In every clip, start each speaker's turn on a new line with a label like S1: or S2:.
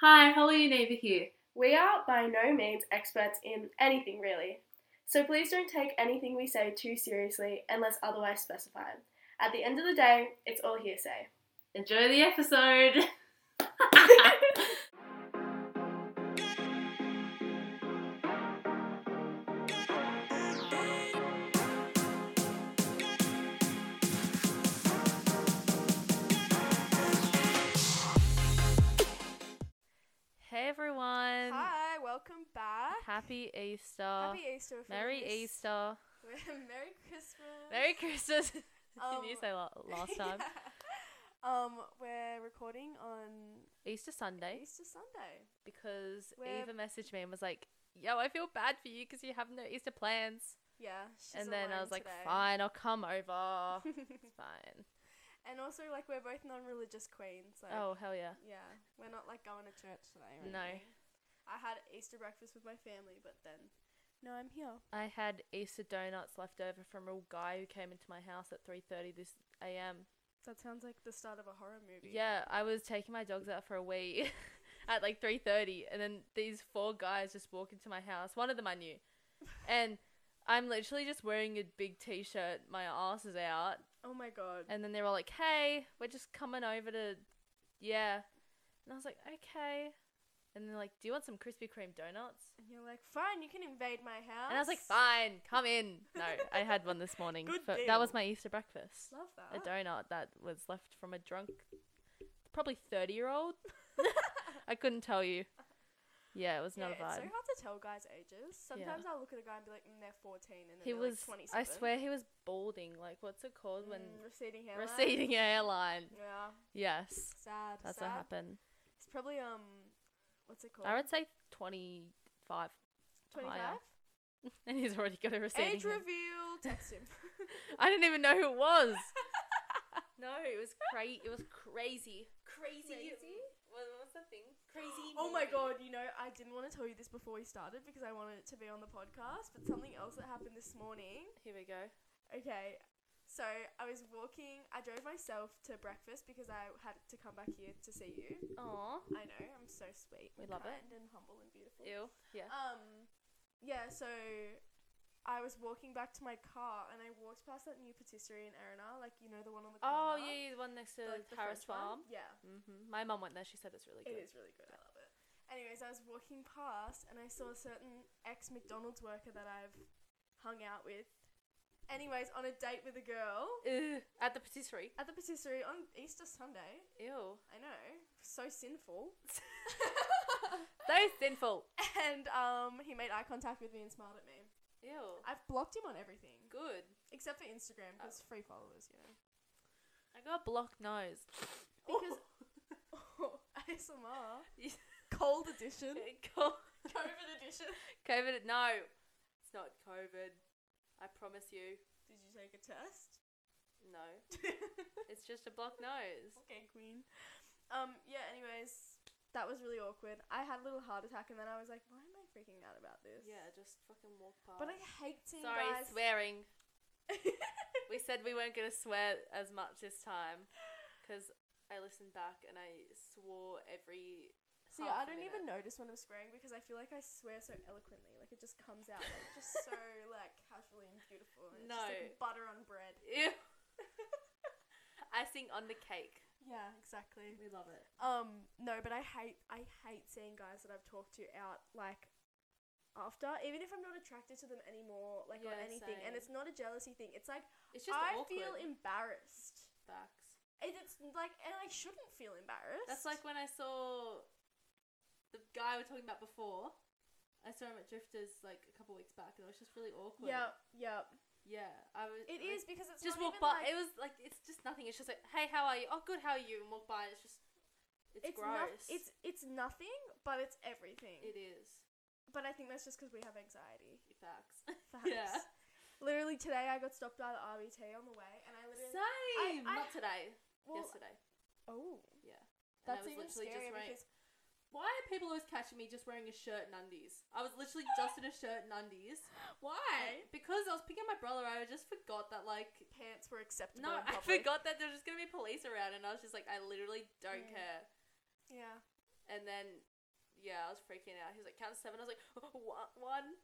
S1: Hi, Holly and Ava here.
S2: We are by no means experts in anything really, so please don't take anything we say too seriously unless otherwise specified. At the end of the day, it's all hearsay.
S1: Enjoy the episode. hey everyone.
S3: Hi, welcome back.
S1: Happy Easter.
S3: Happy Easter. if
S1: Merry
S3: it is.
S1: Easter.
S3: Merry Christmas.
S1: Merry Christmas. Didn't you
S3: Um,
S1: say la- last time?
S3: Yeah. Um, we're recording on
S1: Easter Sunday
S3: Easter Sunday.
S1: because
S3: We're-
S1: Eva messaged me and was like, "Yo, I feel bad for you because you have no Easter plans."
S3: Yeah. she's
S1: and then I
S3: alone
S1: was like,
S3: today.
S1: "Fine, I'll come over. it's fine."
S3: and also, like, we're both non-religious queens. Like,
S1: Oh hell yeah!
S3: Yeah, we're not like going to church today. or
S1: No.
S3: anything. I had Easter breakfast with my family, but then no, I'm here.
S1: I had Easter donuts left over from a guy who came into my house at three thirty this a.m.
S3: That sounds like the start of a horror movie.
S1: Yeah, I was taking my dogs out for a wee at like three thirty, and then these four guys just walk into my house. One of them I knew, and I'm literally just wearing a big t-shirt, my ass is out,
S3: Oh my god.
S1: and then they were like, "Hey, we're just coming over to, yeah," and I was like, "Okay," and they're like, "Do you want some Krispy Kreme donuts?"
S3: And you're like, fine, you can invade my house.
S1: And I was like, fine, come in. No, I had one this morning.
S3: Good
S1: for- That was
S3: deal.
S1: my Easter breakfast.
S3: Love that.
S1: A donut that was left from a drunk, probably 30 year old. I couldn't tell you. Yeah, it was not
S3: yeah,
S1: a
S3: it's
S1: vibe.
S3: so hard to tell guys' ages. Sometimes I'll look at a guy and be like, mm, they're 14, and then
S1: he
S3: they're
S1: was,
S3: like 27.
S1: I swear he was balding. Like, what's it called when
S3: Mm, receding hairline.
S1: receding hairline?
S3: Yeah,
S1: Yes,
S3: sad.
S1: that's
S3: sad.
S1: what happened.
S3: It's probably um, what's it called?
S1: I would say 25. higher.
S3: 25.
S1: And he's already got a receding.
S3: Age
S1: hair-
S3: reveal. Text him.
S1: I didn't even know who it was. no, it was crazy. It was crazy. Crazy.
S3: Crazy?
S1: What was the thing? Crazy.
S3: oh my god! You know, I didn't want to tell you this before we started because I wanted it to be on the podcast, but something else that happened this morning.
S1: Here we go.
S3: Okay. So I was walking. I drove myself to breakfast because I had to come back here to see you.
S1: Aw.
S3: I know. I'm so sweet.
S1: We
S3: and
S1: love it.
S3: kind And humble and beautiful.
S1: Ew. Yeah.
S3: Um, yeah. So I was walking back to my car and I walked past that new patisserie in Erina, like you know the one on the
S1: Oh
S3: corner.
S1: yeah, yeah, the one next to
S3: the, like, the
S1: Harris
S3: French
S1: Farm.
S3: one. Yeah,
S1: hmm My mum went there. She said it's really
S3: it
S1: good.
S3: is really good. I love it. Anyways, I was walking past and I saw a certain ex McDonald's worker that I've hung out with. Anyways, on a date with a girl
S1: Ugh. At the patisserie.
S3: at the patisserie on Easter Sunday.
S1: Ew.
S3: I know, so sinful.
S1: So sinful.
S3: and um, he made eye contact with me and smiled at me.
S1: Ew.
S3: I've blocked him on everything
S1: Good.
S3: except for Instagram because
S1: Oh.
S3: free followers, you know.
S1: I got a blocked nose.
S3: Because oh, ASMR,
S1: Yeah.
S3: cold edition,
S1: Co-
S3: COVID edition.
S1: COVID. No, it's not COVID. I promise you.
S3: Did you take a test?
S1: No, it's just a blocked nose.
S3: okay, queen. Um, yeah. Anyways, that was really awkward. I had a little heart attack, and then I was like, why am I freaking out about this?
S1: Yeah, just fucking walk past.
S3: But I hate seeing
S1: Sorry,
S3: guys.
S1: swearing. We said we weren't gonna swear as much this time, because I listened back and I swore every.
S3: See,
S1: half a
S3: I don't
S1: minute.
S3: even notice when I'm swearing because I feel like I swear so eloquently. Like it just comes out like just so like casually and beautiful. And it's just
S1: No.
S3: like butter on bread.
S1: Ew. Icing on the cake.
S3: Yeah, exactly.
S1: We love it.
S3: Um, no, but I hate I hate seeing guys that I've talked to out like after, even if I'm not attracted to them anymore, like or
S1: Yeah,
S3: anything.
S1: same.
S3: And it's not a jealousy thing. It's like
S1: It's just
S3: I
S1: awkward.
S3: feel embarrassed.
S1: Facts.
S3: And It's like, and I shouldn't feel embarrassed.
S1: That's like when I saw the guy we were talking about before. I saw him at Drifters like a couple weeks back, and it was just really awkward.
S3: yeah, yeah.
S1: Yeah. I was.
S3: It
S1: like,
S3: is because it's
S1: just walk
S3: not even,
S1: by.
S3: like-
S1: it was like it's just nothing. It's just like, hey, how are you? Oh, good. How are you? And walk by. And it's just it's,
S3: it's
S1: gross.
S3: not, it's it's nothing, but it's everything.
S1: it is
S3: but I think that's just because we have anxiety.
S1: facts.
S3: Facts.
S1: Yeah.
S3: Literally today, I got stopped by the RBT on the way, and I literally
S1: Same.
S3: I-
S1: not today.
S3: well,
S1: yesterday.
S3: oh,
S1: Yeah. And I
S3: that's
S1: was
S3: even
S1: literally
S3: scarier
S1: just wearing.
S3: because
S1: Why are people always catching me just wearing a shirt and undies? I was literally just in a shirt and undies.
S3: why
S1: Because I was picking up my brother, I just forgot that like.
S3: pants were acceptable?
S1: No,
S3: in
S1: I
S3: public.
S1: forgot that Mm. there's just gonna be police around, and I was just like, I literally don't
S3: Mm.
S1: care.
S3: Yeah,
S1: And then Yeah, I was freaking out. He was like, count to seven. I was like, "Wha- one,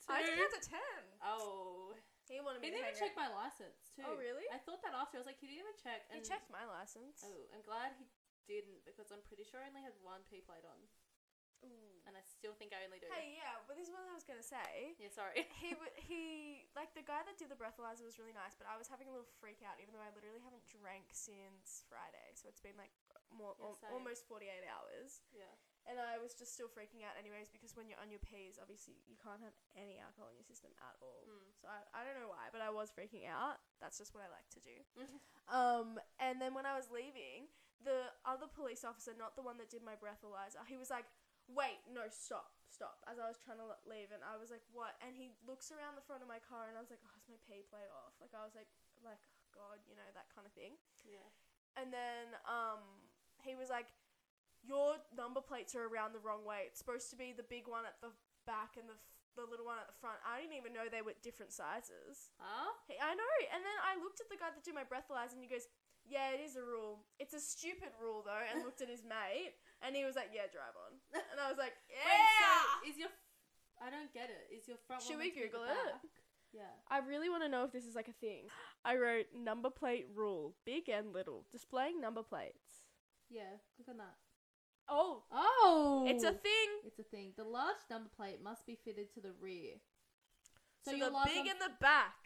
S1: two.
S3: I just count to ten.
S1: oh.
S3: He wanted
S1: He
S3: me to
S1: didn't even
S3: hang
S1: check my license, too.
S3: out. Oh really?
S1: I thought that after. I was like, he didn't even check.
S3: he
S1: And
S3: checked my license.
S1: Oh, I'm glad he didn't because I'm pretty sure I only had one P plate on.
S3: Ooh.
S1: And I still think I only do.
S3: Hey, yeah, but this is what I was gonna say.
S1: Yeah, sorry.
S3: He w- he like the guy that did the breathalyzer was really nice, but I was having a little freak out even though I literally haven't drank since Friday, so it's been like more
S1: Yeah,
S3: al-
S1: same.
S3: almost forty eight hours,
S1: yeah.
S3: and I was just still freaking out anyways because when you're on your P's, obviously you can't have any alcohol in your system at all.
S1: Mm.
S3: So I, I don't know why, but I was freaking out. That's just what I like to do.
S1: Mhm.
S3: um, and then when I was leaving, the other police officer, not the one that did my breathalyzer, he was like, "Wait, no, stop, stop!" As I was trying to le- leave, and I was like, "What?" And he looks around the front of my car, and I was like, "Oh, is my pay plate off?" Like I was like, "Like oh, God, you know that kind of thing."
S1: Yeah.
S3: And then um, he was like, "Your number plates are around the wrong way. It's supposed to be the big one at the back and the f- the little one at the front." I didn't even know they were different sizes.
S1: Huh?
S3: Hey, I know. And then I looked at the guy that did my breathalyzer and he goes, Yeah, it is a rule. It's a stupid rule though. And looked at his mate and he was like, Yeah, drive on. And I was like, Yeah.
S1: Wait, so is your. F- I don't get it. Is your front
S3: Should
S1: one
S3: we
S1: meant to be the
S3: Google it?
S1: back? Yeah.
S3: I really want to know if this is like a thing. I wrote number plate rule, big and little, displaying number plates.
S1: Yeah. Click on that.
S3: Oh,
S1: Oh!
S3: it's a thing.
S1: It's a thing. The large number plate must be fitted to the rear.
S3: So,
S1: your
S3: the
S1: large
S3: big
S1: num-
S3: in the back.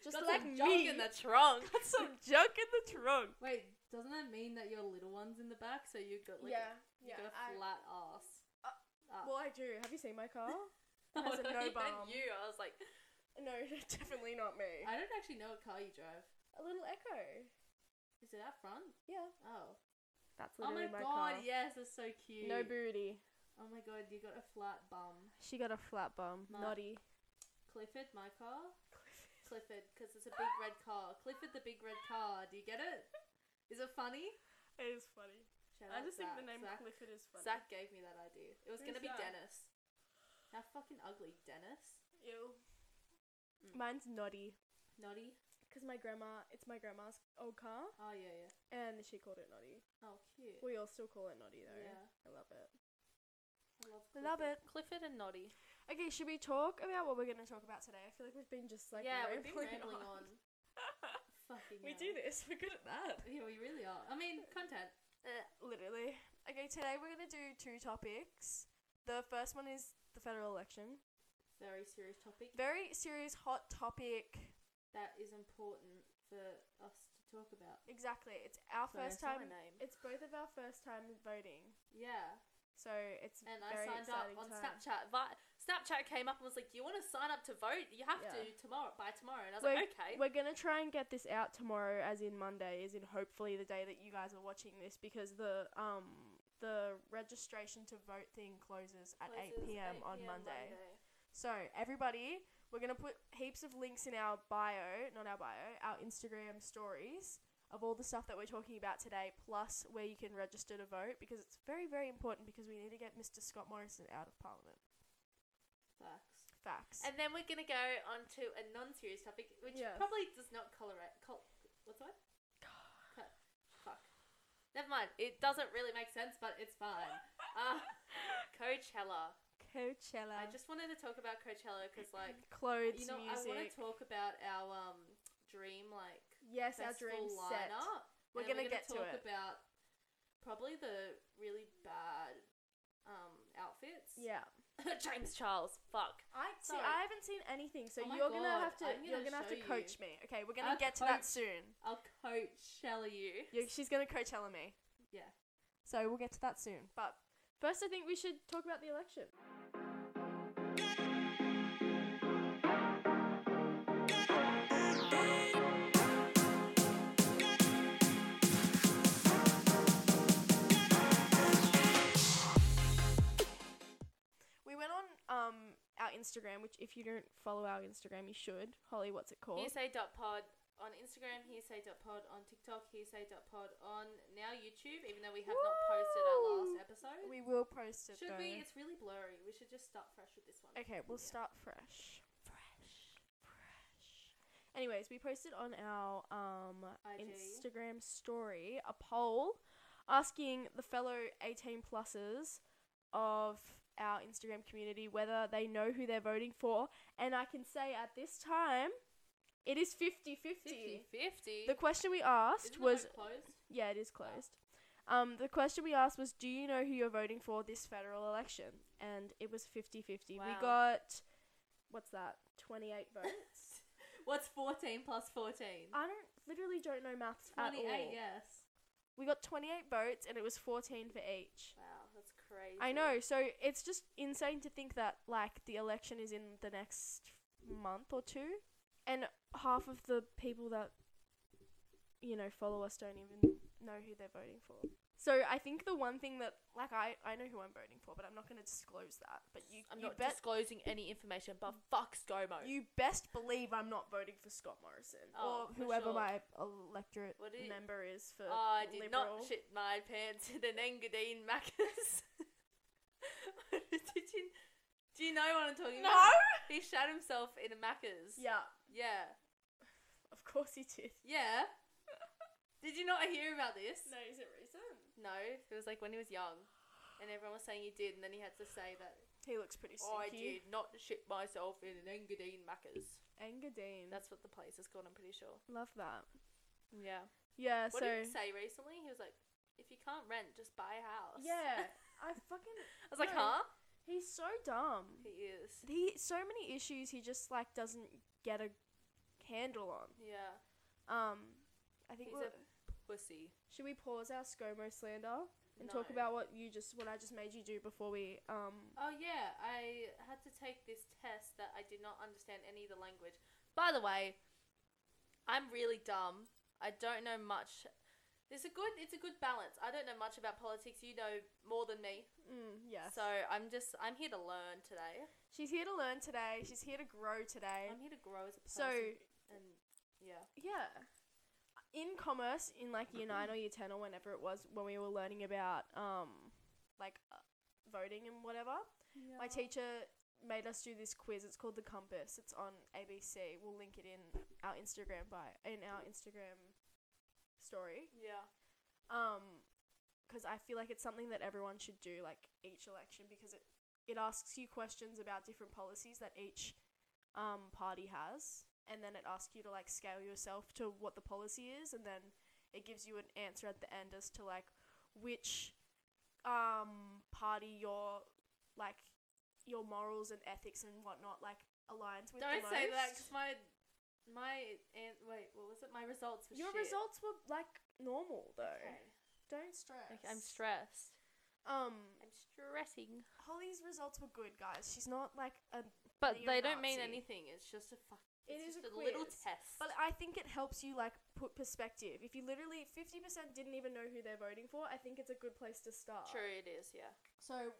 S3: Just
S1: Got
S3: like
S1: some
S3: me.
S1: junk in the trunk.
S3: Got some junk in the trunk.
S1: Wait, doesn't that mean that your little one's in the back? So you got like
S3: yeah,
S1: you
S3: yeah.
S1: got a
S3: I-
S1: flat ass.
S3: Uh,
S1: Ah.
S3: well, I do. Have you seen my car?
S1: Oh,
S3: has a
S1: no,
S3: no
S1: you meant
S3: bomb.
S1: you. I was like,
S3: no, definitely not me.
S1: I don't actually know what car you drive.
S3: A little echo.
S1: Is it out front?
S3: Yeah.
S1: Oh.
S3: That's
S1: Oh my,
S3: literally my,
S1: god,
S3: car.
S1: yes, that's so cute.
S3: No booty.
S1: Oh my god, you got a flat bum.
S3: She got a flat bum.
S1: My-
S3: Naughty.
S1: Clifford, my car? Clifford, because it's a big red car. Clifford the big red car. Do you get it? Is it funny?
S3: It is funny.
S1: Shout
S3: I
S1: out
S3: just think the
S1: Zach.
S3: name
S1: Zach,
S3: Clifford is funny.
S1: Zach gave me that idea. It was
S3: Who's
S1: going to be
S3: Zach?
S1: Dennis. How fucking ugly, Dennis.
S3: Ew.
S1: Mm.
S3: Mine's naughty.
S1: Noddy.
S3: Because my grandma, it's my grandma's old car,
S1: Oh, yeah, yeah.
S3: and she called it naughty.
S1: Oh, cute.
S3: We all still call it naughty though.
S1: Yeah.
S3: I love it.
S1: I love,
S3: Love
S1: Clifford. Clifford and Noddy.
S3: Okay, should we talk about what we're going to talk about today? I feel like we've been just like
S1: yeah, we've been rambling
S3: rambling
S1: on. fucking
S3: we
S1: hell.
S3: do this. We're good at that.
S1: Yeah, we really are. I mean, content.
S3: Uh, Literally. Okay, today we're going to do two topics. The first one is the federal election.
S1: Very serious topic.
S3: Very serious, hot topic.
S1: that is important for us to talk about.
S3: Exactly. It's our
S1: Sorry, I
S3: first
S1: saw
S3: time.
S1: my name.
S3: It's both of our first time voting.
S1: Yeah,
S3: So it's
S1: and I
S3: very
S1: signed up
S3: exciting
S1: on
S3: time.
S1: Snapchat. Vi- Snapchat came up and was like, "You want to sign up to vote? You have to
S3: Yeah.
S1: tomorrow by tomorrow." And I was
S3: We're,
S1: like, "Okay."
S3: we're gonna try and get this out tomorrow, as in Monday, as in hopefully the day that you guys are watching this, because the um the registration to vote thing closes at
S1: Closes
S3: eight p.m. on Monday. So everybody, we're gonna put heaps of links in our bio, not our bio, our Instagram stories of all the stuff that we're talking about today, plus where you can register to vote because it's very, very important because we need to get Mr. Scott Morrison out of Parliament.
S1: Facts.
S3: Facts.
S1: And then we're gonna go on to a non-serious topic, which
S3: Yes.
S1: probably does not colorate. Col- what's that? Cut. Fuck. Never mind. It doesn't really make sense, but it's fine. Uh, Coachella.
S3: Coachella.
S1: I just wanted to talk about Coachella because, like,
S3: clothes,
S1: you know, I
S3: music.
S1: want to talk about our um dream like
S3: yes, our
S1: festival
S3: dream set.
S1: lineup.
S3: We're
S1: And then
S3: gonna get to
S1: talk
S3: it.
S1: about probably the really bad um outfits.
S3: Yeah.
S1: James Charles. Fuck.
S3: I see.
S1: Sorry.
S3: I haven't seen anything, so
S1: Oh my
S3: you're
S1: God,
S3: gonna have to.
S1: I'm gonna
S3: you're gonna have
S1: show
S3: to
S1: you.
S3: coach me. Okay, we're gonna
S1: I'll
S3: get to that
S1: coach-
S3: soon.
S1: I'll Coachella you.
S3: you she's gonna Coachella me.
S1: Yeah.
S3: So we'll get to that soon. But first, I think we should talk about the election. We went on um, our Instagram, which if you don't follow our Instagram, you should. Holly, what's it called?
S1: Hearsay.pod on Instagram, hearsay.pod on TikTok, hearsay.pod on now YouTube, even though we have not posted our last
S3: Woo!
S1: episode.
S3: We will post it.
S1: should
S3: though.
S1: we? It's really blurry. We should just start fresh with this one.
S3: Okay, we'll
S1: Yeah.
S3: start fresh.
S1: Fresh.
S3: Fresh. Anyways, we posted on our um,
S1: IG.
S3: Instagram story a poll asking the fellow 18 pluses of our Instagram community whether they know who they're voting for. And I can say at this time, it is 50 50.
S1: 50.
S3: The question we asked
S1: Isn't the
S3: was
S1: vote closed?
S3: yeah, it is closed. Um, the question we asked was, do you know who you're voting for this federal election? And it was 50 50. We
S1: Wow.
S3: got, what's that, 28 votes?
S1: What's 14 plus 14?
S3: I don't, literally don't know maths at all.
S1: 28, yes.
S3: We got 28 votes and it was 14 for each.
S1: Wow, that's crazy.
S3: I know, so it's just insane to think that, like, the election is in the next month or two, and half of the people that, you know, follow us don't even know who they're voting for. So I think the one thing that, like, I, I know who I'm voting for, but I'm not going to disclose that. But you,
S1: I'm
S3: you,
S1: not
S3: bet, Mm.
S1: disclosing any information, but fuck ScoMo.
S3: you best believe I'm not voting for Scott Morrison
S1: Oh,
S3: or
S1: for
S3: whoever
S1: sure.
S3: my electorate
S1: What do you-
S3: member is for
S1: I did
S3: Liberal.
S1: not shit my pants at an Engadine Macca's. did you, do you know what I'm talking
S3: No!
S1: about? He shot himself in a Macca's.
S3: Yeah,
S1: Yeah.
S3: of course he did.
S1: Yeah. did you not hear about this?
S3: No, is it recent?
S1: No, it was like when he was young, and everyone was saying he did, and then he had to say that
S3: He looks pretty stinky.
S1: Oh, I did not shit myself in an Engadine Macca's.
S3: Engadine.
S1: That's what the place is called. I'm pretty sure.
S3: Love that.
S1: Yeah.
S3: Yeah,
S1: What
S3: Uh, so
S1: did he say recently? He was like, "If you can't rent, just buy a house."
S3: yeah, I fucking
S1: I was like,
S3: No.
S1: "Huh?"
S3: he's so dumb.
S1: He is.
S3: He so many issues he just like doesn't get a handle on.
S1: Yeah.
S3: Um, I think
S1: He's
S3: we'll,
S1: a pussy.
S3: should we pause our ScoMo slander and talk
S1: No.
S3: about what you just what I just made you do before we um
S1: Oh yeah, I had to take this test that I did not understand any of the language. By the way, I'm really dumb. I don't know much. It's a good it's a good balance. I don't know much about politics. You know more than me.
S3: mm, yes.
S1: Uh, So I'm just I'm here to learn today.
S3: she's here to learn today. She's here to grow today.
S1: I'm here to grow as a person.
S3: So
S1: and yeah.
S3: yeah. In commerce, in like year nine or year ten or whenever it was, when we were learning about um, like uh, voting and whatever, My teacher made us do this quiz. It's called the Compass. It's on ABC. We'll link it in our Instagram by in our Instagram story.
S1: Yeah.
S3: Um, because I feel like it's something that everyone should do, like each election, because it it asks you questions about different policies that each um party has, and then it asks you to like scale yourself to what the policy is, and then it gives you an answer at the end as to like which um party your like your morals and ethics and whatnot like aligns with.
S1: Don't
S3: the
S1: say
S3: most.
S1: that 'cause my my and wait, what was it? My results were
S3: Your
S1: shit.
S3: results were like normal though.
S1: Okay.
S3: Don't stress.
S1: Okay, I'm stressed.
S3: um,
S1: I'm stressing.
S3: Holly's results were good, guys. She's not like a.
S1: But
S3: Neo
S1: they don't mean
S3: Nazi.
S1: anything. It's just a fuck.
S3: It
S1: It's
S3: is
S1: just
S3: a
S1: a, little
S3: quiz.
S1: test.
S3: But I think it helps you like put perspective. If you literally fifty percent didn't even know who they're voting for, I think it's a good place to start.
S1: True, it is. Yeah.
S3: So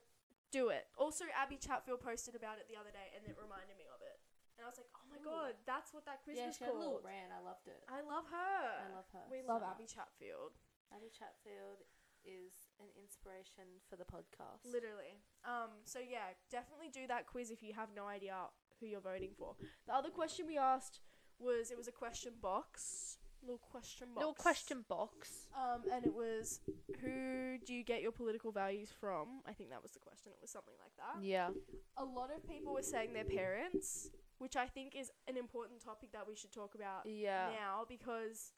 S3: do it. Also, Abby Chatfield posted about it the other day, and it reminded me of it. And I was like, oh my
S1: Ooh.
S3: god, that's what that quiz
S1: yeah,
S3: was
S1: she had a little
S3: called.
S1: rant. I loved it.
S3: I love her.
S1: I Uh, love her
S3: We
S1: so
S3: love
S1: much.
S3: Abby Chatfield.
S1: Abby Chatfield is an inspiration for the podcast.
S3: Literally. Um, so yeah, definitely do that quiz if you have no idea who you're voting for. The other question we asked was it was a question box. Little question box.
S1: Little question box.
S3: Um, and it was who do you get your political values from? I think that was the question. It was something like that.
S1: Yeah.
S3: A lot of people were saying their parents, which I think is an important topic that we should talk about
S1: Yeah.
S3: now because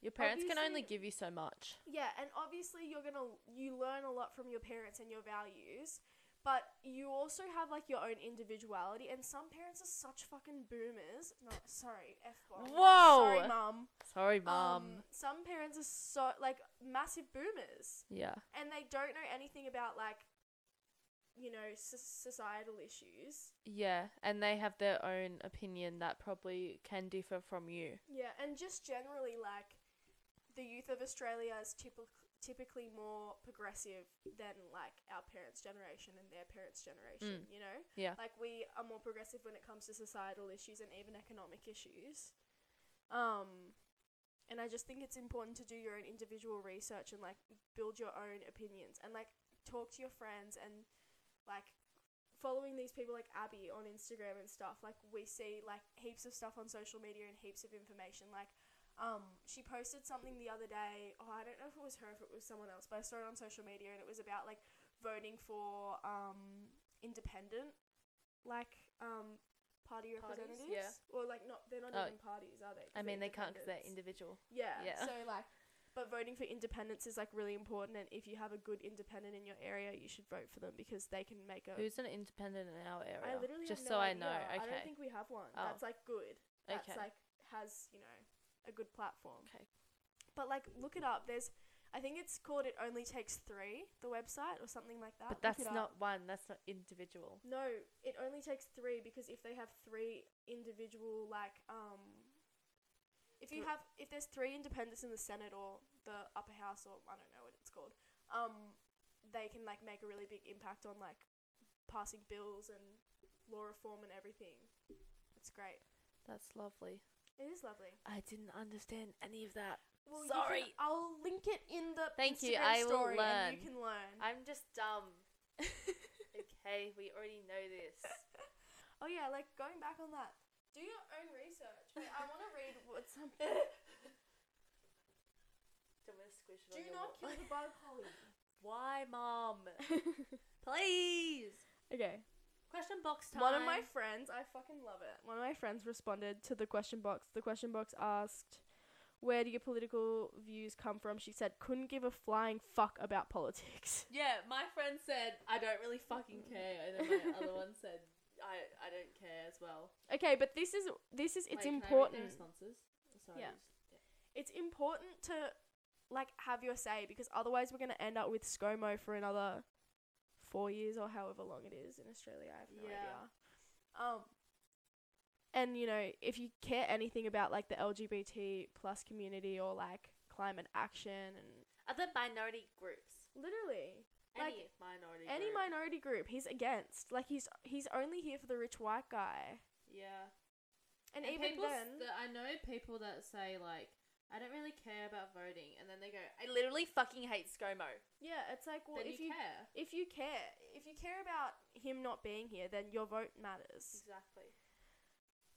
S1: Your parents can only
S3: Obviously-
S1: give you so much.
S3: Yeah, and obviously you're gonna you learn a lot from your parents and your values, but you also have like your own individuality. And some parents are such fucking boomers. No, sorry, f bomb.
S1: Whoa.
S3: sorry, mum.
S1: Sorry, mom.
S3: Um, some parents are so like massive boomers,
S1: yeah.
S3: and they don't know anything about like, you know, s- societal issues.
S1: Yeah, and they have their own opinion that probably can differ from you.
S3: Yeah, and just generally like, the youth of Australia is typical typically more progressive than like our parents' generation and their parents' generation, you know?
S1: Yeah.
S3: Like we are more progressive when it comes to societal issues and even economic issues. Um and I just think it's important to do your own individual research and like build your own opinions and like talk to your friends and like following these people like Abby on Instagram and stuff. Like we see like heaps of stuff on social media and heaps of information like um, she posted something the other day. Oh, I don't know if it was her, if it was someone else, but I saw it on social media, and it was about like voting for um, independent, like um,
S1: Parties,
S3: party representatives,
S1: yeah.
S3: or like not they're not
S1: Oh.
S3: even parties, are they? 'Cause
S1: I
S3: they're
S1: mean, they can't because they're
S3: independents.
S1: individual.
S3: Yeah.
S1: Yeah.
S3: So like, but voting for independence is like really important, and if you have a good independent in your area, you should vote for them because they can make a.
S1: Who's an independent in our area?
S3: I literally
S1: Just so
S3: have no
S1: Oh. I know.
S3: idea. I
S1: Okay.
S3: don't think we have one.
S1: Oh.
S3: That's like good. That's
S1: okay.
S3: like has you know a good platform.
S1: okay.
S3: But like, look it up. There's, I think it's called "It Only Takes Three, the website or something like that.
S1: But
S3: Look
S1: that's
S3: it up.
S1: not one. That's not individual.
S3: No, it only takes three because if they have three individual, like, um, if you
S1: Thr-
S3: have, if there's three independents in the Senate or the upper house or I don't know what it's called, um, they can like make a really big impact on like passing bills and law reform and everything. It's great.
S1: That's lovely.
S3: It is lovely.
S1: I didn't understand any of that.
S3: Well, you can-
S1: Sorry.
S3: I'll link it in the
S1: Thank you,
S3: Instagram
S1: I will
S3: story and
S1: learn.
S3: you can learn.
S1: I'm just dumb. okay, we already know this.
S3: oh yeah, like going back on that. Do your own research. Wait, I want to read what's some.
S1: Do you want me to squish it
S3: Do
S1: on your
S3: not kill
S1: wall?
S3: the bug, Holly.
S1: Why, mom? Please.
S3: okay.
S1: Question box time.
S3: One of my friends, I fucking love it. One of my friends responded to the question box. The question box asked, "Where do your political views come from?" She said, "Couldn't give a flying fuck about politics."
S1: yeah, my friend said I don't really fucking care, and then my other one said I I don't care as well.
S3: Okay, but this is this is
S1: Wait,
S3: it's
S1: can I read their
S3: important.
S1: responses. Sorry.
S3: Yeah.
S1: just-
S3: It's important to like have your say because otherwise we're gonna end up with ScoMo for another four years or however long it is in Australia. I have no
S1: Yeah.
S3: idea. Um, and you know, if you care anything about like the LGBT plus community or like climate action and
S1: Other minority groups.
S3: literally
S1: any minority.
S3: any
S1: group.
S3: minority group, he's against. Like he's he's only here for the rich white guy.
S1: Yeah.
S3: And,
S1: And
S3: even
S1: people s-
S3: then,
S1: that I know people that say like, I don't really care about voting, and then they go, I literally fucking hate ScoMo.
S3: yeah, it's like well,
S1: then
S3: if
S1: you,
S3: you
S1: care.
S3: if you care, if you care about him not being here, then your vote matters.
S1: Exactly.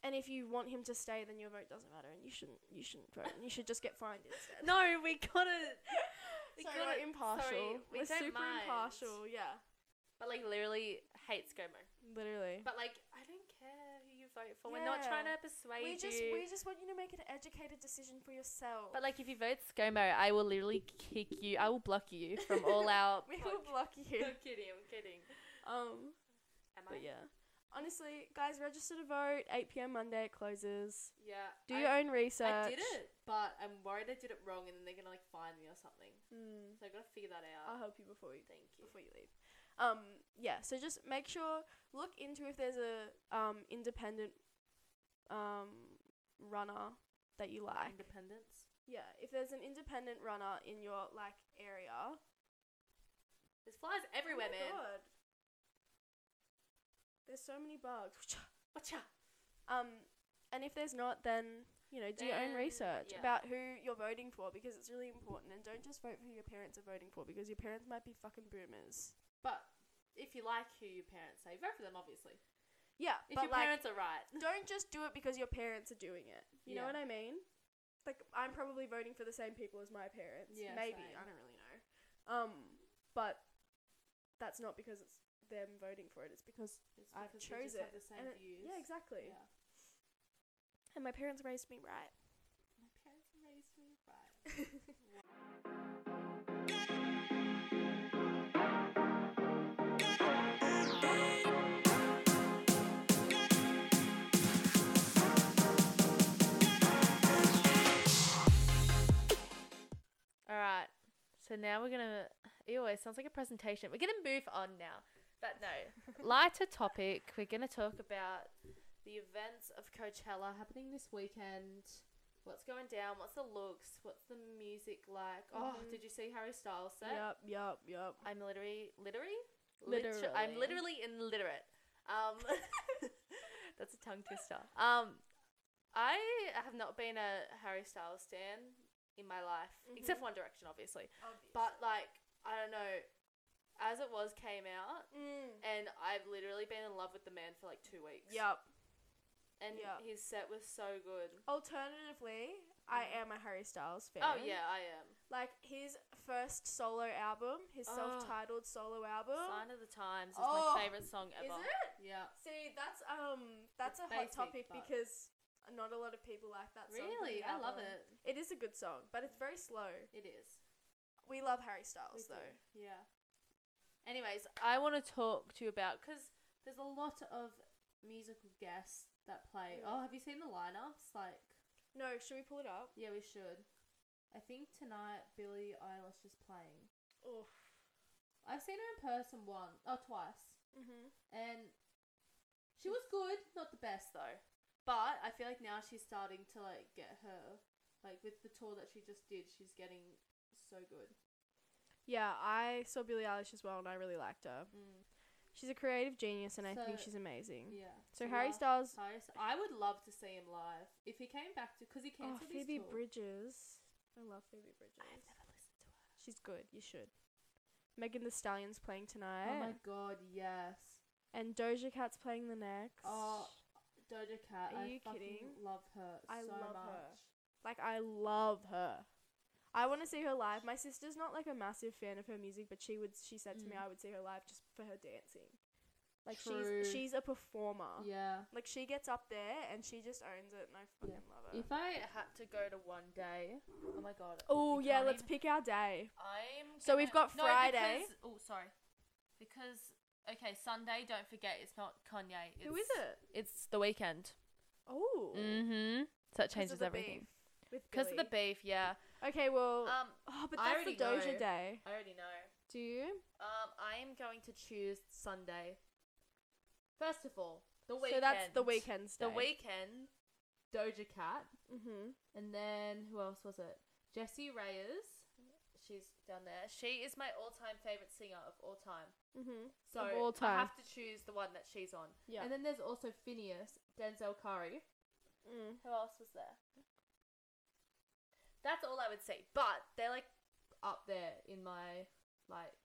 S3: And if you want him to stay, then your vote doesn't matter, and you shouldn't you shouldn't vote, and you should just get fined instead.
S1: No, we gotta. We
S3: Sorry,
S1: gotta
S3: we're impartial.
S1: Sorry, we
S3: are
S1: don't
S3: super
S1: mind.
S3: impartial. Yeah,
S1: But like, literally hate ScoMo.
S3: literally.
S1: But like, I don't care who you vote for. We're not trying
S3: Yeah.
S1: to persuade
S3: we just
S1: you.
S3: we just want you to make an educated decision for yourself.
S1: but like, if you vote ScoMo, I will literally kick you. I will block you from all our.
S3: we will block you.
S1: I'm kidding. I'm kidding.
S3: um,
S1: Am I?
S3: but yeah, honestly, guys, register to vote. 8 p.m. Monday it closes.
S1: Yeah.
S3: Do
S1: I,
S3: your own
S1: I
S3: research.
S1: did it, but I'm worried I did it wrong, and then they're gonna like find me or something.
S3: Mm,
S1: So I gotta figure that out.
S3: I'll help you before we
S1: Thank you.
S3: before you leave. Um, yeah, so just make sure look into if there's a um independent um runner that you like.
S1: Independence.
S3: Yeah, if there's an independent runner in your like area.
S1: There's flies everywhere,
S3: oh my
S1: man.
S3: God. There's so many bugs.
S1: Watch out.
S3: Um and if there's not then you know, do your own
S1: Then,
S3: research
S1: yeah.
S3: about who you're voting for because it's really important and don't just vote for who your parents are voting for because your parents might be fucking boomers.
S1: But if you like who your parents say, vote for them, obviously.
S3: Yeah,
S1: If
S3: but
S1: your
S3: like
S1: parents are right.
S3: don't just do it because your parents are doing it. You know
S1: Yeah.
S3: what I mean? Like I'm probably voting for the same people as my parents.
S1: Yeah,
S3: Maybe.
S1: same.
S3: I don't really know. Um but that's not because it's them voting for it, it's because
S1: It's
S3: I've
S1: because we
S3: chose
S1: just
S3: it.
S1: Have the same
S3: and it-
S1: views.
S3: Yeah, exactly.
S1: Yeah.
S3: And my parents raised me right.
S1: My parents raised me right. All right. So now we're gonna. Ew, it sounds like a presentation. We're gonna move on now. But no, lighter topic. We're gonna talk about the events of Coachella happening this weekend. What's going down? What's the looks? What's the music like? Oh,
S3: Mhm.
S1: did you see Harry Styles set?
S3: Yep, yep, yep.
S1: I'm literally, literally,
S3: Literally.
S1: Liter- I'm literally illiterate. Um, that's a tongue twister. Um, I have not been a Harry Styles stan in my life, except for One Direction, obviously. But like, I don't know. As it was came out,
S3: mm.
S1: and I've literally been in love with the man for like two weeks.
S3: Yep.
S1: And
S3: yeah.
S1: his set was so good. Mm.
S3: Alternatively, I am a Harry Styles fan.
S1: Oh yeah, I am.
S3: Like his first solo album, his
S1: Oh.
S3: self-titled solo album.
S1: Sign of the Times is
S3: Oh,
S1: my favorite song
S3: Is
S1: ever.
S3: it?
S1: Yeah.
S3: See, that's um, that's
S1: It's
S3: a hot
S1: basic,
S3: topic
S1: but-
S3: because not a lot of people like that song. from
S1: Really,
S3: the
S1: I love
S3: album.
S1: it.
S3: It is a good song, but it's very slow.
S1: It is.
S3: We love Harry Styles though.
S1: Yeah. Anyways, I want to talk to you about because there's a lot of musical guests that play.
S3: Mm.
S1: Oh, have you seen the lineups? Like,
S3: No, should we pull it up?
S1: yeah, we should. I think tonight Billie Eilish is playing.
S3: Oh.
S1: I've seen her in person once, oh, twice,
S3: Mhm.
S1: and she was good, not the best though. But I feel like now she's starting to like get her, like with the tour that she just did, she's getting so good.
S3: Yeah, I saw Billie Eilish as well, and I really liked her.
S1: Mm.
S3: She's a creative genius, and I think
S1: So-
S3: she's amazing.
S1: Yeah.
S3: Mm. So Harry
S1: last-
S3: Styles, oh,
S1: Cyrus. I would love to see him live if he came back to because he
S3: oh,
S1: cancelled his
S3: Phoebe
S1: tour.
S3: Bridges. I love Phoebe Bridges.
S1: I've never listened to her.
S3: She's good. You should. Megan The Stallion's playing tonight,
S1: Oh my god, yes.
S3: and Doja Cat's playing the next.
S1: Oh, Doja Cat.
S3: Are
S1: I
S3: you
S1: fucking
S3: kidding?
S1: Love her.
S3: I
S1: so
S3: love
S1: much.
S3: her. Like I love her. I want to see her live. My sister's not like a massive fan of her music, but she would. She said to me,
S1: Mm.
S3: I would see her live just for her dancing. Like
S1: True.
S3: she's she's a performer.
S1: Yeah.
S3: Like she gets up there and she just owns it, and I fucking love her.
S1: If I had to go to one day, oh my god.
S3: Oh
S1: you
S3: yeah,
S1: can't
S3: let's
S1: even-
S3: pick our day.
S1: I'm.
S3: So we've
S1: gonna-
S3: got
S1: No,
S3: Friday.
S1: because- oh, sorry. Because okay, Sunday. Don't forget, it's not Kanye. It's,
S3: Who is it?
S1: It's the weekend.
S3: Oh,
S1: Mm-hmm. So that
S3: 'Cause of
S1: changes
S3: the
S1: everything.
S3: beef With
S1: Because of the
S3: Billie.
S1: beef, yeah.
S3: okay, well,
S1: Um,
S3: oh, but
S1: I
S3: that's the
S1: already
S3: Doja
S1: know.
S3: Day.
S1: I already know.
S3: Do you?
S1: Um, I am going to choose Sunday. First of all, the
S3: So
S1: weekend.
S3: that's the weekend's day.
S1: The weekend. Doja Cat,
S3: Mm-hmm.
S1: and then who else was it? Jessie Reyes. She's down there. She is my all-time favorite singer of all time.
S3: Mm-hmm.
S1: So
S3: Of all
S1: I
S3: time.
S1: have to choose the one that she's on.
S3: Yeah.
S1: And then there's also Phineas, Denzel Curry.
S3: Mm.
S1: Who else was there? That's all I would say. But they're like up there in my like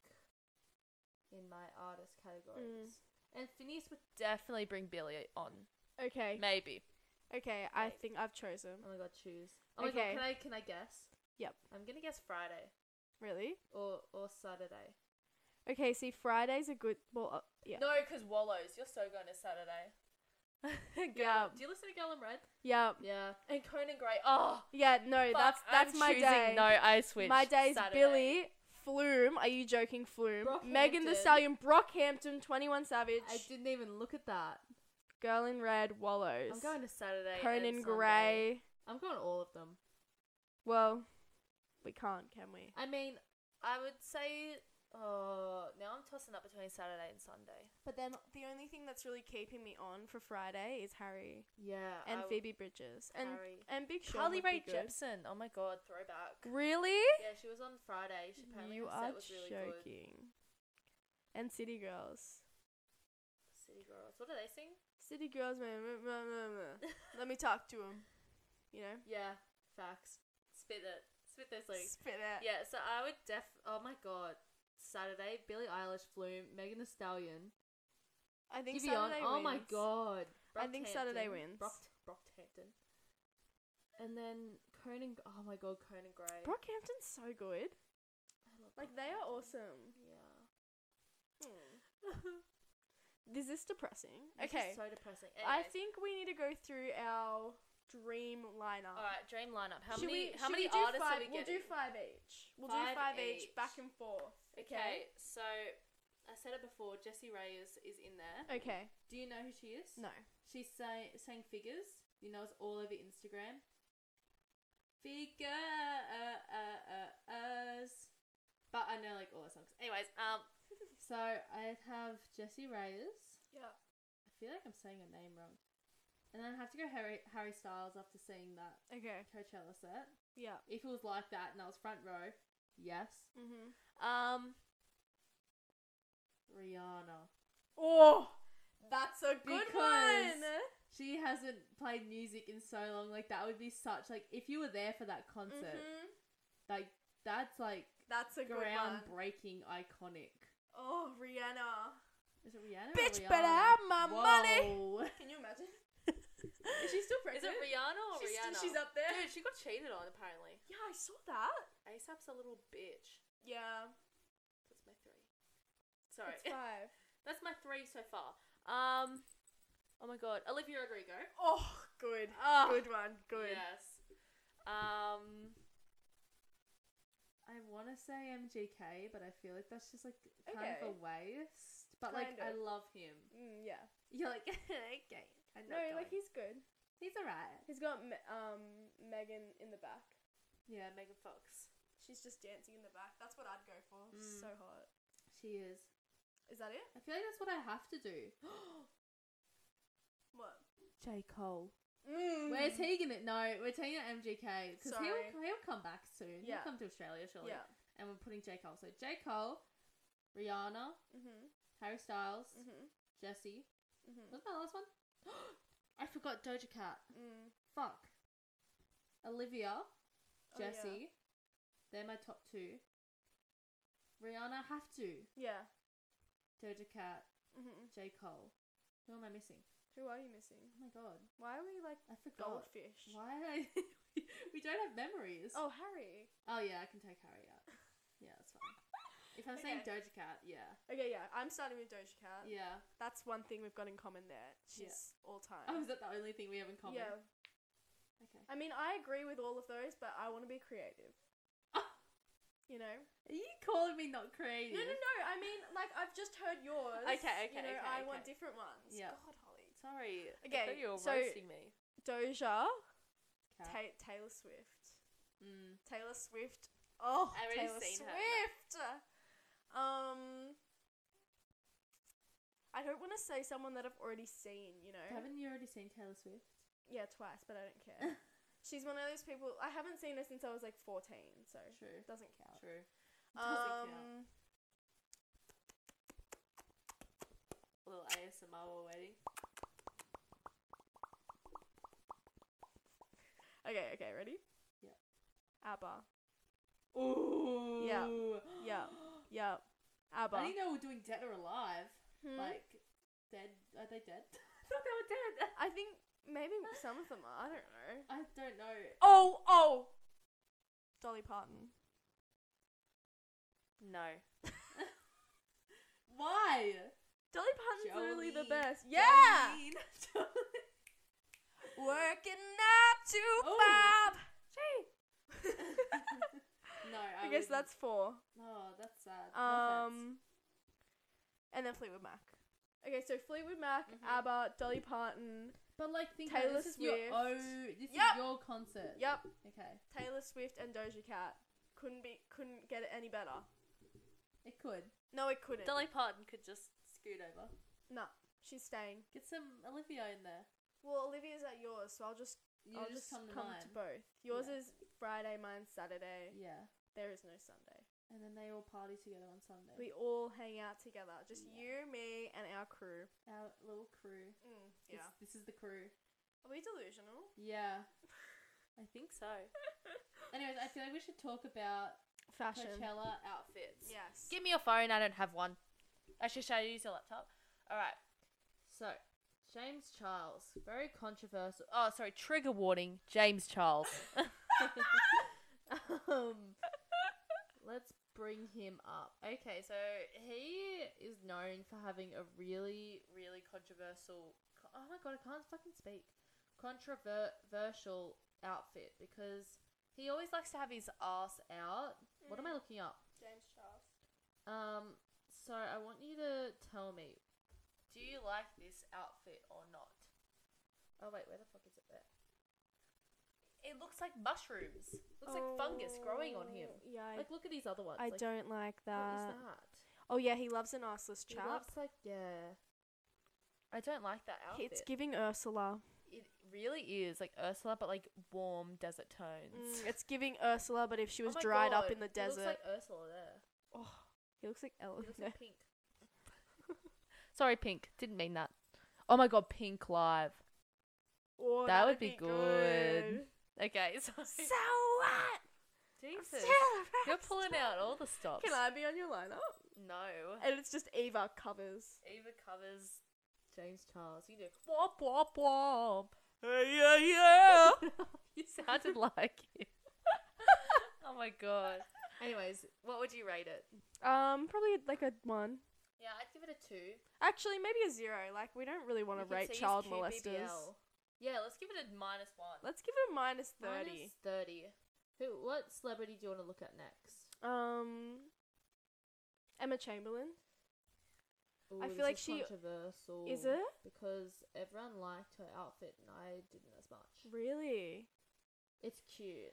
S1: in my artist categories. And Phineas would definitely bring Billy on.
S3: Mm. Okay.
S1: Maybe.
S3: Okay. I
S1: Wait.
S3: think I've chosen.
S1: Oh my god, choose. Oh my
S3: Okay.
S1: god, can I can I guess?
S3: Yep.
S1: I'm gonna guess Friday
S3: Really?
S1: or or Saturday.
S3: Okay. See, Friday's a good. Well, uh, yeah.
S1: No, because Wallows, you're so going to Saturday. Girl,
S3: Yeah.
S1: Do you listen to Girl in Red?
S3: Yeah.
S1: Yeah. And Conan Gray. Oh,
S3: Yeah. No,
S1: fuck,
S3: that's that's
S1: I'm
S3: my
S1: choosing-
S3: day.
S1: No, I switched.
S3: my day's
S1: Saturday.
S3: Billy. Flume, are you joking? Flume, Megan the
S1: Brockhampton.
S3: Stallion, Brockhampton, Twenty One Savage,
S1: I didn't even look at that.
S3: Girl in Red, Wallows,
S1: I'm going to Saturday.
S3: Conan
S1: and Sunday.
S3: Gray.
S1: I'm going to all of them.
S3: Well, we can't, can we?
S1: I mean, I would say. Oh, now I'm tossing up between Saturday and Sunday.
S3: But then the only thing that's really keeping me on for Friday is Harry
S1: Yeah.
S3: and Phoebe Bridges and
S1: Harry.
S3: and Big Sean.
S1: Carly
S3: would be
S1: Rae
S3: good.
S1: Jepsen. Oh my god, throwback.
S3: Really?
S1: Yeah, she was on Friday. She apparently her
S3: you are
S1: set was really
S3: joking.
S1: good.
S3: And City Girls.
S1: City Girls. What do they sing?
S3: City Girls. meh, meh, meh, meh, meh. Let me talk to him. You know.
S1: yeah, facts. Spit it. Spit those lyrics.
S3: Spit out.
S1: Yeah, so I would def. Oh my god. Saturday, Billie Eilish, Flume, Megan Thee Stallion,
S3: I think
S1: Giveon.
S3: Saturday
S1: Oh my
S3: wins.
S1: god.
S3: I think Saturday
S1: Brockhampton.
S3: wins.
S1: Brock- Brockhampton. And then Conan. Oh my god, Conan Gray.
S3: Brockhampton's so good.
S1: I love
S3: Like they are
S1: Brockhampton.
S3: awesome.
S1: Yeah.
S3: This is depressing.
S1: Hmm. This is
S3: okay.
S1: so depressing.
S3: I
S1: Anyways.
S3: think we need to go through our dream lineup.
S1: All right, dream lineup. How
S3: Should
S1: many?
S3: we-
S1: how
S3: should
S1: many
S3: we do
S1: artists
S3: five,
S1: are we
S3: We'll
S1: getting?
S3: do five each. We'll do
S1: Five
S3: five each.
S1: each.
S3: back and forth.
S1: Okay, so I said it before. Jessie Reyes is in there.
S3: Okay.
S1: Do you know who she is?
S3: No.
S1: She's say, saying figures. You know, it's all over Instagram. Figures. But I know like all the songs. Anyways, um, so I have Jessie Reyes.
S3: Yeah.
S1: I feel like I'm saying her name wrong. And then I have to go Harry Harry Styles after seeing that
S3: Okay.
S1: Coachella set.
S3: Yeah.
S1: If it was like that and I was front row, yes.
S3: Mhm.
S1: Um, Rihanna.
S3: Oh, that's a good
S1: Because-
S3: one.
S1: She hasn't played music in so long. Like that would be such like if you were there for that concert,
S3: Mhm.
S1: like Mm-hmm. that's like
S3: That's a good one.
S1: groundbreaking, iconic.
S3: Oh, Rihanna.
S1: Is it Rihanna? or
S3: Bitch,
S1: Rihanna?
S3: better have my money.
S1: Whoa.
S3: Can you imagine? is she still
S1: Is it
S3: pregnant?
S1: Rihanna or
S3: she's,
S1: Rihanna?
S3: she's up there.
S1: Dude, she got cheated on apparently.
S3: Yeah, I saw that.
S1: ASAP's a little bitch.
S3: Yeah.
S1: That's my three. Sorry.
S3: It's five.
S1: That's my three so far. Um, oh my god, Olivia Rodrigo.
S3: Oh, good.
S1: Oh,
S3: Good one. Good.
S1: Yes. Um, I want to say MGK, but I feel like that's just like kind of a
S3: Okay.
S1: waste. But like,
S3: Kind
S1: I
S3: of.
S1: love him.
S3: Mm, yeah.
S1: You're like, okay, I'm not
S3: No,
S1: going.
S3: like he's good.
S1: he's alright.
S3: He's got Me- um Megan in the back.
S1: Yeah, Megan Fox.
S3: She's just dancing in the back. That's what I'd go for.
S1: Mm.
S3: She's so hot.
S1: She is.
S3: Is that it?
S1: I feel like that's what I have to do.
S3: What?
S1: J Cole.
S3: Mm.
S1: We're taking it. No, we're taking it MGK because he'll
S3: Sorry.
S1: he'll come back soon.
S3: Yeah.
S1: He'll come to Australia surely.
S3: Yeah.
S1: And we're putting J Cole. So J Cole, Rihanna,
S3: Mhm.
S1: Harry Styles,
S3: Mhm.
S1: Jesse.
S3: Mhm.
S1: What's my last one? I forgot Doja Cat.
S3: Mm.
S1: Fuck. Olivia,
S3: Oh, yeah.
S1: Jesse. They're my top two. Rihanna have to.
S3: Yeah.
S1: Doja Cat,
S3: Mhm.
S1: J Cole. Who am I missing?
S3: Who are you missing?
S1: Oh my god,
S3: Why are we like
S1: I forgot.
S3: goldfish?
S1: Why? I- we don't have memories.
S3: Oh, Harry.
S1: Oh yeah, I can take Harry out. Yeah, that's fine. If I'm saying Doja Cat, yeah,
S3: Okay, yeah. I'm starting with Doja Cat.
S1: yeah.
S3: That's one thing we've got in common there. She's all time.
S1: Oh, is that the only thing we have in common?
S3: uh. Yeah.
S1: Okay.
S3: I mean, I agree with all of those, but I want to be creative. you know?
S1: Are you calling me not creative?
S3: No, no, no. I mean, like, I've just heard yours.
S1: Okay, okay,
S3: You know,
S1: okay,
S3: I want
S1: okay.
S3: different ones.
S1: Yeah.
S3: God, Holly.
S1: Sorry.
S3: Okay,
S1: I thought you were
S3: so-
S1: roasting me.
S3: Doja,
S1: Cat.
S3: Ta- Taylor Swift.
S1: Mm.
S3: Taylor Swift. Oh,
S1: I've already
S3: Taylor
S1: seen her,
S3: Swift. Um, I don't want to say someone that I've already seen, you know?
S1: Haven't you already seen Taylor Swift?
S3: Yeah, twice, but I don't care. She's one of those people. I haven't seen her since I was like 14, so
S1: True.
S3: it doesn't count.
S1: True. Doesn't count.
S3: Um,
S1: A little ASMR while waiting.
S3: okay, okay, ready?
S1: Yeah.
S3: ABBA.
S1: Ooh.
S3: Yeah. Yeah. ABBA.
S1: I didn't know we were doing dead or alive.
S3: Hmm?
S1: Like, dead. Are they dead? I thought they were dead.
S3: I think maybe some of them are. I don't know.
S1: I don't know.
S3: Oh, oh! Dolly Parton.
S1: No. Why?
S3: Dolly Parton's literally
S1: Jolene.
S3: the best. Yeah!
S1: Jolene.
S3: Working nine to
S1: Oh.
S3: five.
S1: no, I,
S3: I guess
S1: wouldn't.
S3: that's four.
S1: Oh, that's sad. No offense.
S3: Um, and then Fleetwood Mac. Okay, so Fleetwood Mac,
S1: Mhm.
S3: ABBA, Dolly Parton.
S1: but like, think Taylor
S3: Taylor
S1: this is your
S3: Swift.
S1: own. This
S3: Yep.
S1: is your concert.
S3: Yep,
S1: Okay,
S3: Taylor Swift and Doja Cat. Couldn't be, couldn't get it any better.
S1: it could.
S3: No, it couldn't.
S1: Dolly Parton could just scoot over.
S3: no, she's staying.
S1: Get some Olivia in there.
S3: Well, Olivia's at yours, so I'll just,
S1: You
S3: I'll
S1: just, come to mine.
S3: both. Yours
S1: Yeah.
S3: is Friday, mine's Saturday.
S1: Yeah,
S3: There is no Sunday.
S1: and then they all party together on Sunday.
S3: We all hang out together, just
S1: Yeah.
S3: you, me, and our crew.
S1: Our little crew.
S3: Mm,
S1: This- this is the crew.
S3: Are we delusional?
S1: Yeah, I think so. Anyways, I feel like we should talk about
S3: Fashion.
S1: Coachella outfits.
S3: Yes.
S1: Give me your phone. I don't have one. Actually, should I use your laptop? All right. So, James Charles, very controversial. Oh, sorry. Trigger warning. James Charles. um, let's bring him up. Okay, so he is known for having a really, really controversial. Oh my god, I can't fucking speak. Controversial outfit because he always likes to have his ass out. What am I looking up?
S3: Mm. James Charles.
S1: Um, so I want you to tell me, do you like this outfit or not? Oh wait, where the fuck is it there? It looks like mushrooms. Looks like fungus growing on him.
S3: Oh, Yeah, I,
S1: Like look at these other ones.
S3: I
S1: like,
S3: don't like
S1: What is
S3: that.
S1: that?
S3: Oh yeah, he loves an arseless
S1: He
S3: chap.
S1: looks like yeah. I don't like that outfit.
S3: it's giving Ursula.
S1: it really is like Ursula, but like warm desert tones.
S3: it's giving Ursula, but if she
S1: Mm. Oh
S3: was
S1: my
S3: dried up
S1: God,
S3: in the
S1: he looks
S3: desert,
S1: like Ursula there.
S3: oh, he looks like Ellen.
S1: It looks like pink. Sorry, pink. Didn't mean that. Oh my god, pink live.
S3: oh,
S1: That would be good. Okay,
S3: So
S1: sorry.
S3: what?
S1: Jesus.
S3: Sarah
S1: You're pulling
S3: Braxton.
S1: out all the stops.
S3: Can I be on your lineup?
S1: No.
S3: And it's just Eva covers.
S1: Ava covers James Charles. You do womp womp womp.
S3: Hey, yeah, yeah.
S1: you sounded like him. oh my god. Anyways, what would you rate it?
S3: Um, probably like a one.
S1: Yeah, I'd give it a two.
S3: Actually, maybe a zero. Like we don't really want
S1: We
S3: to
S1: could
S3: rate
S1: say use
S3: child molesters.
S1: QBBL. Yeah, let's give it a minus one.
S3: Let's give it a minus
S1: Minus
S3: thirty.
S1: Thirty. Who? What celebrity do you want to look at next?
S3: Um, Emma Chamberlain.
S1: Ooh,
S3: I
S1: this
S3: feel like
S1: is
S3: she-
S1: controversial.
S3: Is it
S1: because everyone liked her outfit and I didn't as much.
S3: really?
S1: It's cute.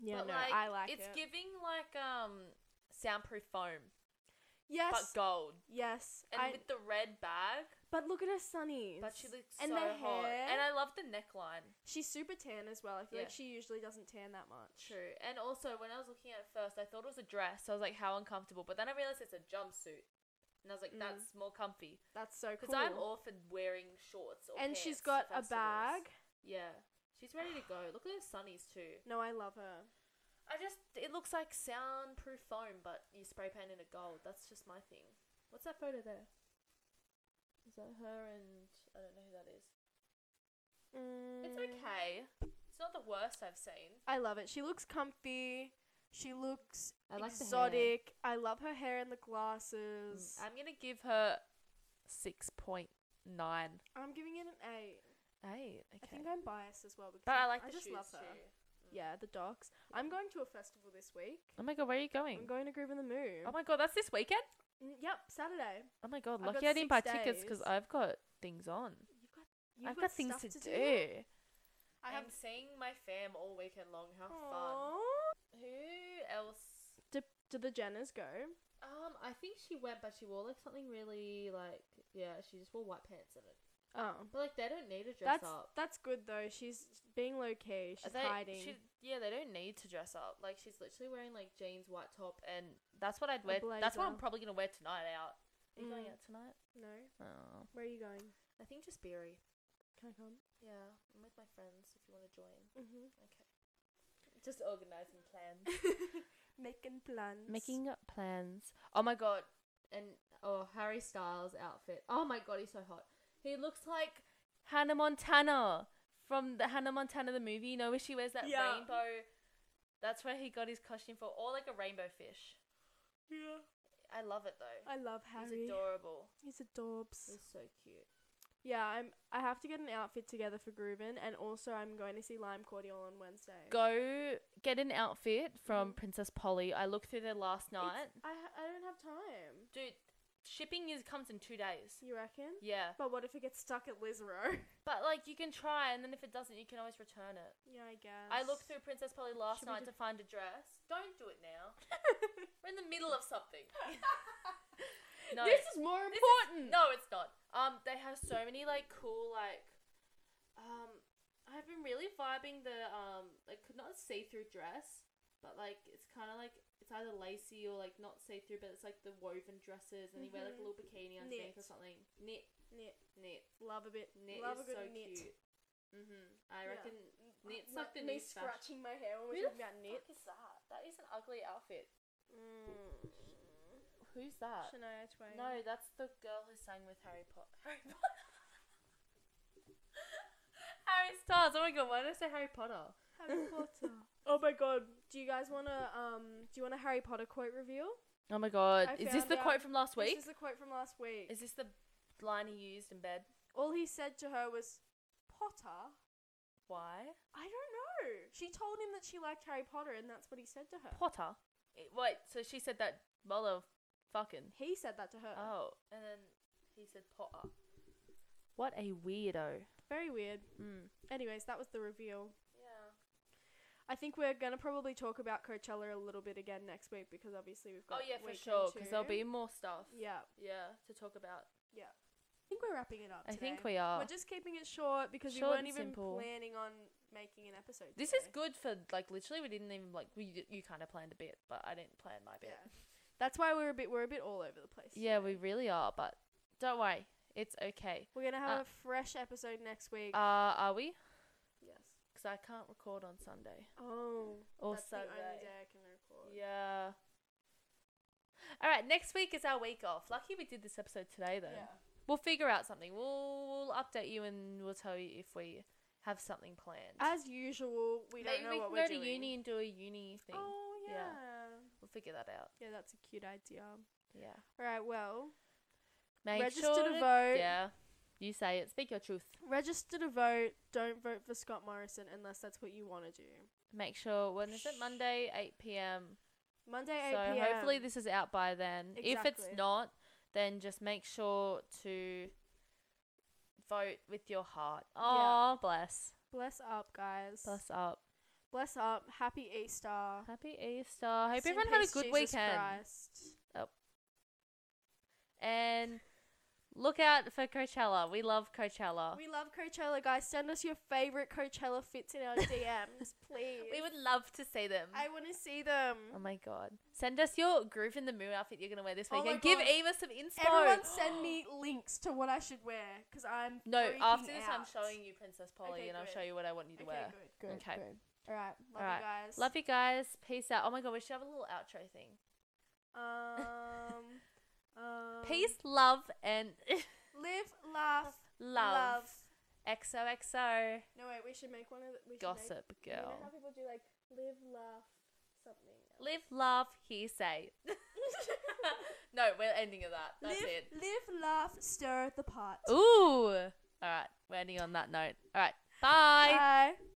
S3: Yeah,
S1: But,
S3: no, I like
S1: it's
S3: it.
S1: It's giving like um soundproof foam,
S3: yes,
S1: but gold,
S3: yes.
S1: and
S3: I,
S1: with the red bag.
S3: but look at her sunnies.
S1: But she looks
S3: and
S1: so
S3: the
S1: hot,
S3: hair.
S1: and I love the neckline.
S3: She's super tan as well. I feel
S1: Yeah.
S3: like she usually doesn't tan that much.
S1: True, and also when I was looking at it first, I thought it was a dress. So I was like, how uncomfortable. But then I realized it's a jumpsuit, and I was like,
S3: Mm.
S1: that's more comfy.
S3: That's so
S1: Because
S3: cool.
S1: I'm all for wearing shorts. Or
S3: and
S1: pants
S3: she's
S1: to
S3: got a
S1: festivals.
S3: bag.
S1: Yeah, she's ready to go. Look at her sunnies too.
S3: No, I love her.
S1: I just it looks like soundproof foam, but you spray paint it gold. That's just my thing. What's that photo there? Is that her and I don't know who that is. It's
S3: Mm.
S1: okay. It's not the worst I've seen.
S3: I love it. She looks comfy. She looks
S1: I like the hair. Mm,
S3: exotic. I love her hair and the glasses.
S1: I'm gonna give her six point nine.
S3: I'm giving it an eight.
S1: Eight. Okay.
S3: I think I'm biased as well because
S1: but I like the
S3: just
S1: shoes
S3: love her.
S1: too.
S3: Yeah, the docs. I'm going to a festival this week.
S1: Oh my god, where are you going?
S3: I'm going to Groove in the Moon.
S1: Oh my god, that's this weekend.
S3: Mm, yep, Saturday.
S1: Oh my god,
S3: I've got
S1: lucky I didn't buy
S3: six
S1: tickets because
S3: days.
S1: I've got things on.
S3: You've got, you've
S1: I've got, things
S3: stuff
S1: to, do.
S3: I have.
S1: I'm seeing my fam all weekend long. How fun!
S3: Aw.
S1: Who else?
S3: Do, do the Jenners go?
S1: Um, I think she went, but she wore like something really like yeah. She just wore white pants in it,
S3: Oh,
S1: but like they don't need to dress
S3: that's
S1: up.
S3: that's good though. She's being low key. She's
S1: they,
S3: hiding.
S1: She, yeah, they don't need to dress up. Like she's literally wearing like jeans, white top, and that's what I'd wear. That's what I'm
S3: blazer.
S1: probably gonna wear tonight out. Are you going
S3: Mm.
S1: out tonight?
S3: no,
S1: Oh,
S3: where are you going?
S1: I think just Beery.
S3: Can I come?
S1: Yeah, I'm with my friends. If you want to join,
S3: Mm-hmm.
S1: okay. Just organizing plans.
S3: Making plans.
S1: Making up plans. Oh my god. And oh Harry Styles outfit. Oh my god, he's so hot. He looks like Hannah Montana from the Hannah Montana the movie. You know where she wears that
S3: Yeah.
S1: rainbow that's where he got his costume for, or like a rainbow fish.
S3: Yeah.
S1: I love it though.
S3: I love Harry.
S1: He's adorable.
S3: He's adorbs.
S1: He's so cute.
S3: Yeah, I'm. I have to get an outfit together for Groovin, and also I'm going to see Lime Cordial on Wednesday.
S1: Go get an outfit from
S3: Mhm.
S1: Princess Polly. I looked through there last
S3: It's-
S1: night.
S3: I ha- I don't have time.
S1: Dude, shipping is comes in two days.
S3: You reckon?
S1: Yeah.
S3: But what if it gets stuck at Lizero?
S1: But like you can try and then if it doesn't you can always return it.
S3: yeah, I guess.
S1: I looked through Princess Polly last
S3: Should we
S1: night
S3: do-
S1: to find a dress. Don't do it now. We're in the middle of something. no,
S3: This is more
S1: This is-
S3: important.
S1: no, it's not. Um, they have so many like cool like, um, I've been really vibing the um like not see through dress, but like it's kind of like it's either lacy or like not see through, but it's like the woven dresses and you wear like a
S3: Mhm.
S1: little bikini underneath
S3: Knit.
S1: or something. Knit,
S3: Knit.
S1: knit,
S3: Love a bit.
S1: knit
S3: Love
S1: is
S3: a good
S1: so
S3: knit.
S1: cute. Mhm. I
S3: Yeah.
S1: reckon knit's
S3: My-
S1: like the
S3: me
S1: new fashion.
S3: scratching my hair
S1: Who
S3: when we're
S1: the
S3: talking about knit.
S1: fuck is that? That is an ugly outfit.
S3: Mm.
S1: Who's that?
S3: Shania Twain.
S1: No, that's the girl who sang with Harry Potter. Harry Potter. Harry Styles. Oh my god, why did I say Harry Potter?
S3: Harry Potter. oh my god. Do you guys want to um? Do you want a Harry Potter quote reveal?
S1: Oh my god,
S3: I
S1: is this
S3: found
S1: the
S3: out-
S1: quote from last week?
S3: This is a quote from last week.
S1: Is this the line he used in bed?
S3: All he said to her was, Potter?
S1: Why?
S3: I don't know. She told him that she liked Harry Potter and that's what he said to her.
S1: Potter. It- wait, so she said that mother fucking.
S3: he said that to her.
S1: Oh, and then he said Potter. What a weirdo.
S3: Very weird.
S1: Mm.
S3: Anyways, that was the reveal.
S1: Yeah.
S3: I think we're going to probably talk about Coachella a little bit again next week because obviously we've got
S1: Oh yeah, for
S3: weekend
S1: sure, because there'll
S3: two.
S1: be more stuff.
S3: Yeah.
S1: Yeah, to talk about.
S3: I think we're wrapping it up
S1: I
S3: today.
S1: think we are.
S3: We're just keeping it short because
S1: Oh. Short
S3: we weren't
S1: and
S3: even
S1: simple.
S3: planning on making an episode.
S1: This
S3: today.
S1: is good for like literally we didn't even like we you kind of planned a bit, but I didn't plan my bit.
S3: Yeah. That's why we're a bit we're a bit all over the place.
S1: Yeah, we really are, but don't worry, it's okay.
S3: We're going to have
S1: Uh,
S3: a fresh episode next week.
S1: Uh, are we?
S3: yes.
S1: Because I can't record on Sunday
S3: Oh.
S1: or
S3: That's
S1: Sunday.
S3: the only day I can record.
S1: Yeah. All right, next week is our week off. Lucky we did this episode today, though. We'll figure out something. We'll, we'll update you and we'll tell you if we have something planned.
S3: As usual, we don't
S1: Maybe
S3: know
S1: we
S3: what
S1: can
S3: we're
S1: go
S3: doing.
S1: to uni and do a uni thing.
S3: Oh yeah.
S1: Yeah. We'll figure that out.
S3: Yeah, that's a cute idea.
S1: Yeah.
S3: All right, well,
S1: Make
S3: register
S1: sure
S3: to vote.
S1: Yeah. You say it. Speak your truth.
S3: Register to vote. Don't vote for Scott Morrison unless that's what you want to do.
S1: Make sure when is it Monday, eight PM.
S3: Monday, 8
S1: So
S3: p.m.
S1: hopefully this is out by then. If it's
S3: Exactly.
S1: not, then just make sure to vote with your heart. Oh, bless.
S3: Bless up, guys.
S1: Bless up.
S3: Bless up. Happy Easter. Hope
S1: Happy Easter. Hope everyone had a good weekend.
S3: Christ.
S1: And look out for Coachella. We love Coachella. We,
S3: We love Coachella, guys. Send us your favorite Coachella fits in our DMs, please.
S1: would love to see them.
S3: I want to see them.
S1: oh my god. Send us your groove in the moon outfit you're going to wear this
S3: Oh my
S1: weekend. Give
S3: God.
S1: Eva some inspo.
S3: Everyone, send me links to what I should wear because I'm
S1: No,
S3: freaking
S1: after this I'm
S3: out.
S1: showing you Princess Polly
S3: Okay,
S1: and I'll
S3: good.
S1: show you what I want you to
S3: Okay,
S1: wear.
S3: good, good,
S1: Okay.
S3: good. All right, love
S1: Alright,
S3: you guys.
S1: Love you guys. Peace out. Oh my god, we should have a little outro thing.
S3: Um, um,
S1: Peace, love, and
S3: Live, laugh,
S1: love.
S3: love.
S1: XOXO.
S3: No wait, we should make one of the we should Make,
S1: Gossip
S3: You know how
S1: girl.
S3: people do like live, laugh, something. else?
S1: Live, love, hearsay. no, we're ending of that. That's
S3: live,
S1: it.
S3: live, laugh, stir the pot.
S1: Ooh. All right, we're ending on that note. All right, bye.
S3: Bye.